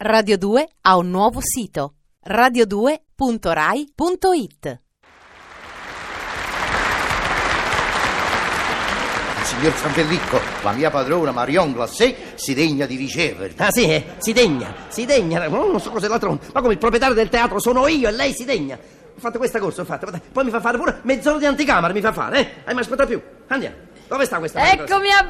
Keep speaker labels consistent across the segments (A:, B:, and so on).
A: Radio 2 ha un nuovo sito radio2.rai.it.
B: Il signor Sanfellicco, la mia padrona Marion Glacé, si degna di riceverti.
C: Ah sì, eh, si degna, si degna, no, non so cos'è la tronca, ma come il proprietario del teatro sono io e lei si degna. Ho fatto questa corsa, ho fatto, guarda, poi mi fa fare pure mezz'ora di anticamera, mi fa fare, eh? Hai mai aspettato più? Andiamo, dove sta questa?
D: Eccomi a
C: Ah,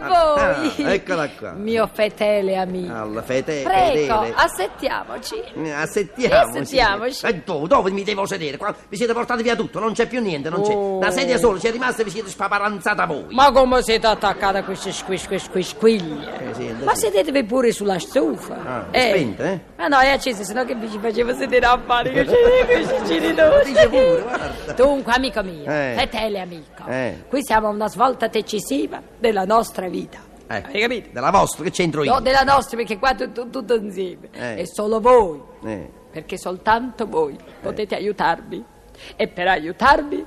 D: voi!
C: ah, eccola qua.
D: Mio fedele amico.
C: Alla fete,
D: Prego,
C: fedele.
D: assettiamoci.
C: Eh, Assettiamoci.
D: Assettiamoci.
C: E dove, dove mi devo sedere? Qua, vi siete portati via tutto, non c'è più niente, non c'è.
E: Oh.
C: Una sedia sola c'è rimasta e vi siete spaparanzata voi.
E: Ma come siete attaccati a queste squis, squis, squis, squiglie?
C: Eh, sì, eh,
E: Ma
C: sì.
E: sedetevi pure sulla stufa.
C: Ah, spenta, eh?
E: Ah no, è accesa, sennò che vi ci facevo sedere a fare che cecini dolci.
C: Dice pure, guarda.
E: Dunque, amico mio,
C: Eh.
E: fedele amico,
C: Eh.
E: qui siamo a una svolta decisiva della nostra vita.
C: Eh,
E: Hai capito?
C: Della vostra, che c'entro io?
E: No, della nostra, perché qua tu- tu- tutto, insieme.
C: Eh.
E: E solo voi,
C: Eh.
E: perché soltanto voi potete aiutarmi. E per aiutarmi,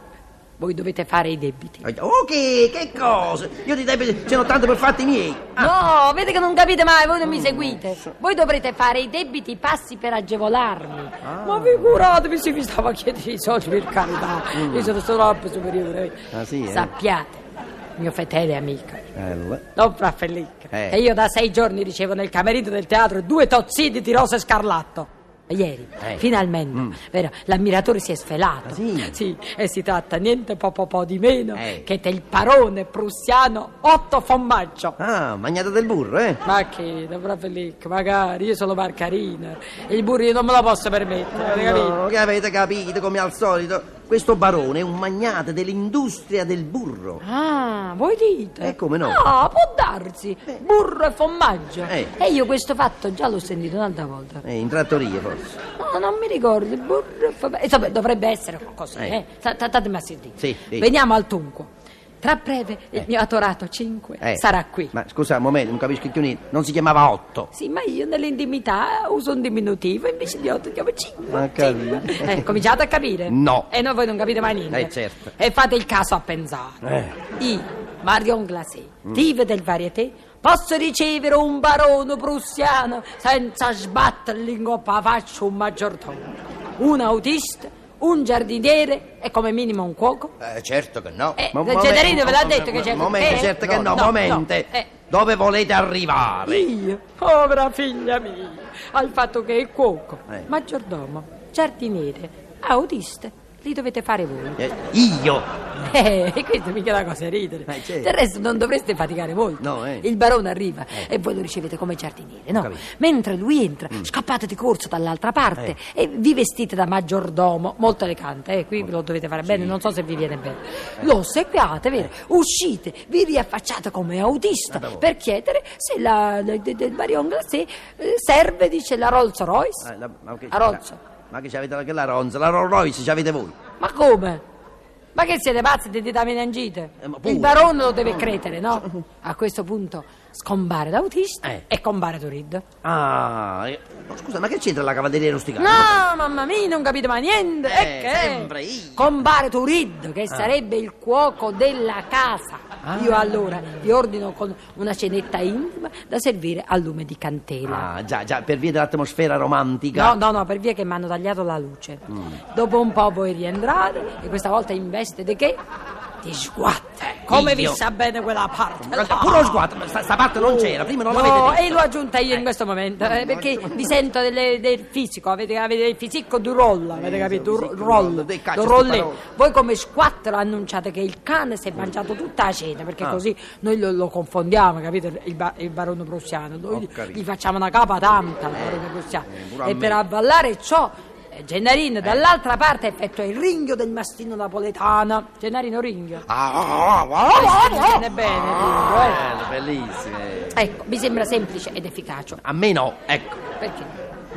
E: voi dovete fare i debiti.
C: Oh, che, che cosa? Io ti debito, ce n'ho tanto per fatti miei. Ah.
E: No, vede che non capite mai, voi non mi
C: Mm.
E: seguite. Voi dovrete fare i debiti passi per agevolarmi.
C: Ah.
E: Ma figuratevi se vi stavo a chiedere i soldi per carità. Io sono troppo superiore.
C: Mm. Ah, sì, eh?
E: Sappiate, mio fedele amico,
C: Ella.
E: non fraffellicca,
C: Eh.
E: che io da sei giorni ricevo nel camerino del teatro due tozzini di rosa e scarlatto. E Ieri,
C: Eh.
E: finalmente, vero, l'ammiratore si è sfelato.
C: Ah, sì?
E: e si tratta niente po' po', po' di meno
C: Eh.
E: che del parone prussiano Otto Fommaggio.
C: Ah, magnata del burro, eh?
E: Ma che, da Felic, magari, io sono Marcarina. Il burro io non me lo posso permettere, capito?
C: No, che avete capito, come al solito. Questo barone è un magnate dell'industria del burro.
E: Ah, voi dite?
C: Eh, come no?
E: Ah, può darsi. Burro e formaggio.
C: Eh.
E: E io questo fatto già l'ho sentito un'altra volta.
C: Eh, in trattoria, forse.
E: No, non mi ricordo, il burro e formaggio. Insomma, dovrebbe essere qualcosa,
C: Eh.
E: eh? Sa- sa- Datemi a sentire.
C: Sì, sì.
E: Veniamo al tunco. Tra breve il mio atorato 5
C: Eh.
E: sarà qui.
C: Ma scusa, un momento, non capisco più niente. Non si chiamava Otto.
E: Sì, ma io nell'intimità uso un diminutivo invece di otto chiamo cinque.
C: Ma
E: cinque.
C: capito.
E: Eh, cominciate a capire?
C: No.
E: E noi voi non capite mai niente.
C: Eh, certo. Eh.
E: E fate il caso a pensare. Io, Marion Glacé, diva del varieté, posso ricevere un barone prussiano senza sbattere in a faccio un maggiordomo, un autista, un giardiniere e come minimo un cuoco.
B: Eh, certo che no.
E: Eh,
C: Ma un momento,
E: Cedarino ve l'ha detto che c'è...
C: Momento,
E: eh?
C: certo che no,
E: no,
C: momento.
E: no, eh.
C: Dove volete arrivare?
E: Io, povera figlia mia, al fatto che il cuoco,
C: Eh.
E: maggiordomo, giardiniere, autista, li dovete fare voi.
C: Eh, io?
E: Eh, e questo mica è una cosa da ridere.
C: Eh, certo.
E: Del resto non dovreste faticare molto.
C: No, eh.
E: Il barone arriva e voi lo ricevete come giardiniere, no?
C: Capito. Mm.
E: Mentre lui entra, scappate di corso dall'altra parte
C: Eh.
E: e vi vestite da maggiordomo, molto elegante, eh, qui lo dovete fare bene, non so se vi viene bene.
C: Eh.
E: Lo ossequiate, vero? Uscite, vi riaffacciate come
C: Ah,
E: autista per chiedere se la, la- de- del Marion Glacé eh, serve, dice, la Rolls Royce.
C: Ah, la- ma che
E: A Rozzo.
C: Ma che c'avete la, che la Ronza? La Rolls Royce c'avete voi?
E: Ma come? Ma che siete pazzi di dita meningite?
C: Eh, ma pure.
E: Il barone lo deve credere, no? A questo punto scombare l'autista
C: Eh.
E: e compare Turid.
C: Ah, eh, ma scusa, ma che c'entra la cavalleria rusticata?
E: No, mamma mia, non capite mai niente.
C: Eh,
E: e che?
C: sempre io. Eh.
E: Compare Turid, che sarebbe il cuoco della casa. Io
C: Ah.
E: allora vi ordino con una cenetta intima da servire al lume di candela.
C: Ah, già, già, per via dell'atmosfera romantica.
E: No, no, no, per via che mi hanno tagliato la luce.
C: Mm.
E: Dopo un po' voi rientrate e questa volta in veste di che? Di sguatte. Come vi
C: io-
E: sa bene quella parte?
C: Guarda,
E: là?
C: pure lo sguardo, ma sta, sta parte non c'era, prima non l'avete
E: No,
C: detto.
E: e l'ho aggiunta io in questo momento, eh, perché vi sento delle- del fisico, avete, avete il fisico du roll, avete capito?
C: Eh,
E: Du
C: fisico du
E: roll,
C: roll, dei caccia
E: du
C: sto
E: rollè.
C: parole.
E: Voi come squattro annunciate che il cane si è mangiato tutta la cena, perché
C: Ah.
E: così noi lo, lo confondiamo, capite? Il, ba- il barone prussiano, noi
C: capito. Eh,
E: gli facciamo una capa tanta al barone prussiano.
C: pure a
E: e
C: me.
E: per avvallare ciò... eh, Gennarino dall'altra parte effettua il ringhio del mastino napoletano. Gennarino ringhio.
B: Ah, ah, ah, ah.
E: Bene, bene, ringhio. eh.
C: Belle, bellissime.
E: Ecco, mi sembra semplice ed efficace.
C: A me no, ecco.
E: Perché?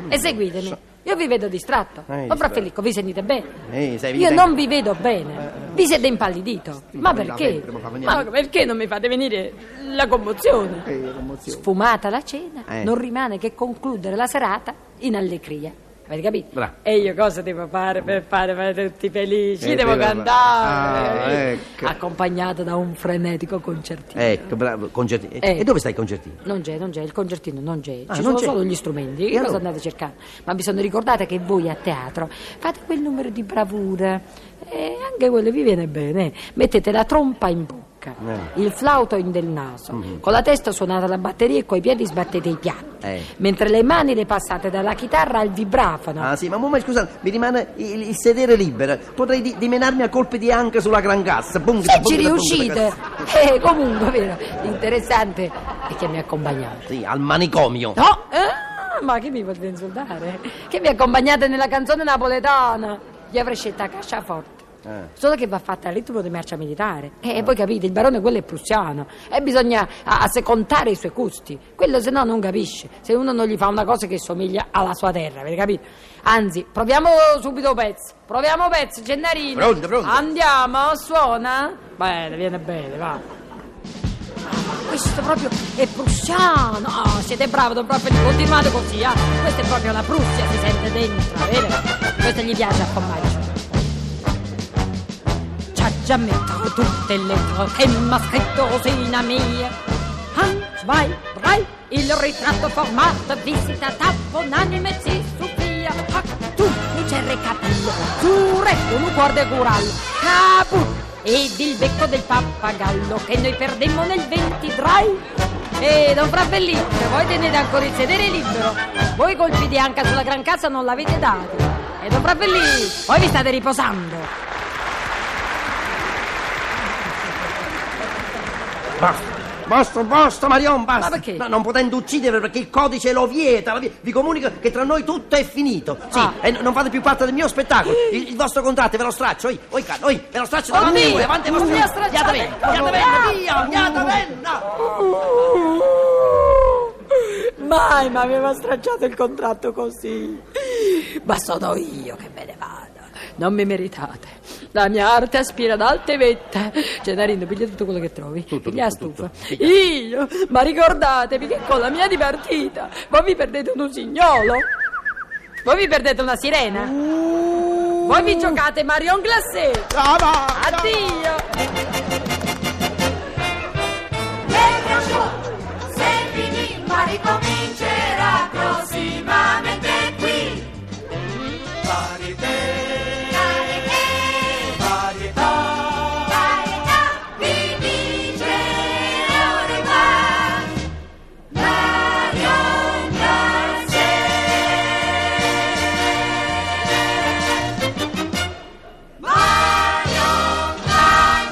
E: Eseguitemi. Io vi vedo distratto.
C: Eh,
E: Ma fra
C: distratto.
E: Filippo, vi sentite bene?
C: Eh, sei
E: Io
C: evidente.
E: non vi vedo bene. Vi siete impallidito. Ma
C: venga,
E: perché?
C: venga, ma fa venire.
E: Ma perché non mi fate venire la commozione? Sfumata la cena,
C: Eh.
E: non rimane che concludere la serata in allegria. avete capito?
C: Bravo.
D: E io cosa devo fare per fare fare tutti felici?
C: Eh,
D: devo
C: devo-
D: cantare.
C: Ah, ecco.
E: Accompagnata da un frenetico concertino.
C: Ecco, bravo, concertino.
E: Eh.
C: E dove sta il concertino?
E: Non c'è, non c'è, il concertino non c'è,
C: Ah,
E: ci
C: non
E: sono
C: c'è.
E: solo gli strumenti,
C: E
E: io
C: allora?
E: cosa andate cercando? Ma vi sono ricordata che voi a teatro fate quel numero di bravura e anche quello vi viene bene, mettete la trompa in bocca,
C: Eh.
E: il flauto in del naso, con la testa suonate la batteria e coi piedi sbattete i piatti,
C: Mm. Eh.
E: mentre le mani le passate dalla chitarra al vibrafono.
C: Ah sì, ma mamma scusa, mi rimane il, il sedere libero. Potrei di- dimenarmi a colpi di anca sulla gran cassa. Bung,
E: Se
C: bung,
E: Cioè, ci
C: bung,
E: riuscite!
C: bung.
E: Eh, comunque, vero, l'interessante è che mi accompagnate.
C: Sì, al manicomio.
E: No! Ah, ma che mi volete insultare? Che mi accompagnate nella canzone napoletana? Io avrei scelto la casciaforte.
C: Eh.
E: Solo che va fatta al ritmo di marcia militare. E voi capite, il barone quello è prussiano. E bisogna a- assecontare i suoi gusti. Quello se no non capisce. Se uno non gli fa una cosa che somiglia alla sua terra, avete capito? Anzi, proviamo subito pezzo. Proviamo pezzo, Gennarino.
B: Pronto, pronto.
E: Andiamo, suona. Bene, viene bene, va. Questo proprio è prussiano. Ah, siete bravi, do- proprio continuate così, ah. Questa è proprio la Prussia, si sente dentro, vero? Questo gli piace a formaggio. C'ha già messo tutte le cose, ma scritto cosina mia. Un, zwei, drei, il ritratto formato, visita tappo, unanime, si Sofia. Hack, tu, non c'è recapillo, sure, un cuore de curallo, capo. Ed il becco del pappagallo che noi perdemmo nel 23. E don Frappellino, voi tenete ancora il sedere libero. Voi colpi di anca sulla gran casa non l'avete dato. E don Frappellino, voi vi state riposando.
C: Basta. Basta, basta, Marion, basta.
E: Ma perché?
C: No, non potendo uccidere perché il codice lo vieta. la vi- Vi comunico che tra noi tutto è finito. Sì,
E: Ah.
C: e n- non fate più parte del mio spettacolo. Il, il vostro contratto ve lo straccio. Oi, oi, ca- oi, ve lo straccio davanti a
E: Oddio,
C: voi, davanti ai vostri.
E: Oh, mi ha stracciato Ah!
C: Andiatevene,
E: il cavolo.
C: andiatevene, via, andiatevene.
D: Mai mi aveva stracciato il contratto così.
E: Ma sono io che me ne vado. Non mi meritate. La mia arte aspira ad alte vette. Gennarino, piglia tutto quello che trovi. piglia la stufa. Io, ma ricordatevi che con la mia dipartita voi vi perdete un usignolo. Voi vi perdete una sirena. Voi vi giocate Marion Glacé. Addio.
F: Letra Show, se finì, ma ricomincerà prossimamente qui. Varietà, varietà, varietà, vi vincerà ormai. Marion Garcés. Marion Garcés.